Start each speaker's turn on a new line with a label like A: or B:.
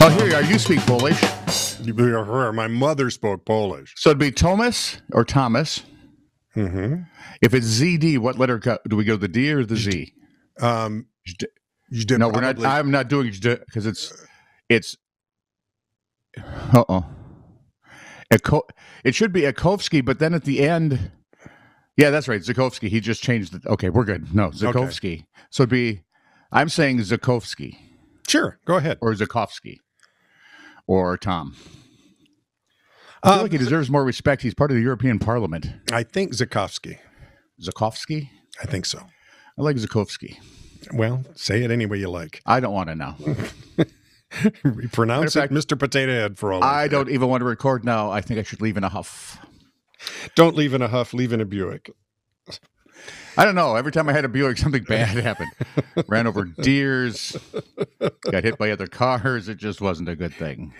A: Oh, here you are. You speak Polish.
B: My mother spoke Polish.
A: So it'd be Thomas or Thomas.
B: hmm
A: If it's ZD, what letter go, do we go? The D or the Z?
B: Um,
A: Zd-
B: you did
A: no, we're
B: probably-
A: not. I'm not doing because it's it's. Uh oh. Eko, it should be Ekovsky, but then at the end, yeah, that's right, Zakovsky. He just changed it. Okay, we're good. No, Zakovsky. So it'd be, I'm saying Zakovsky
B: sure, go ahead.
A: or Zakovsky or Tom. I feel
B: Um,
A: like he deserves more respect. He's part of the European Parliament.
B: I think Zakovsky.
A: Zakovsky.
B: I think so.
A: I like Zakovsky.
B: Well, say it any way you like.
A: I don't want to know.
B: We pronounce
A: Matter
B: it
A: of
B: Mr. Potato Head for all.
A: I don't even want to record now. I think I should leave in a huff.
B: Don't leave in a huff. Leave in a Buick.
A: I don't know. Every time I had a Buick, something bad happened. Ran over deers, got hit by other cars. It just wasn't a good thing.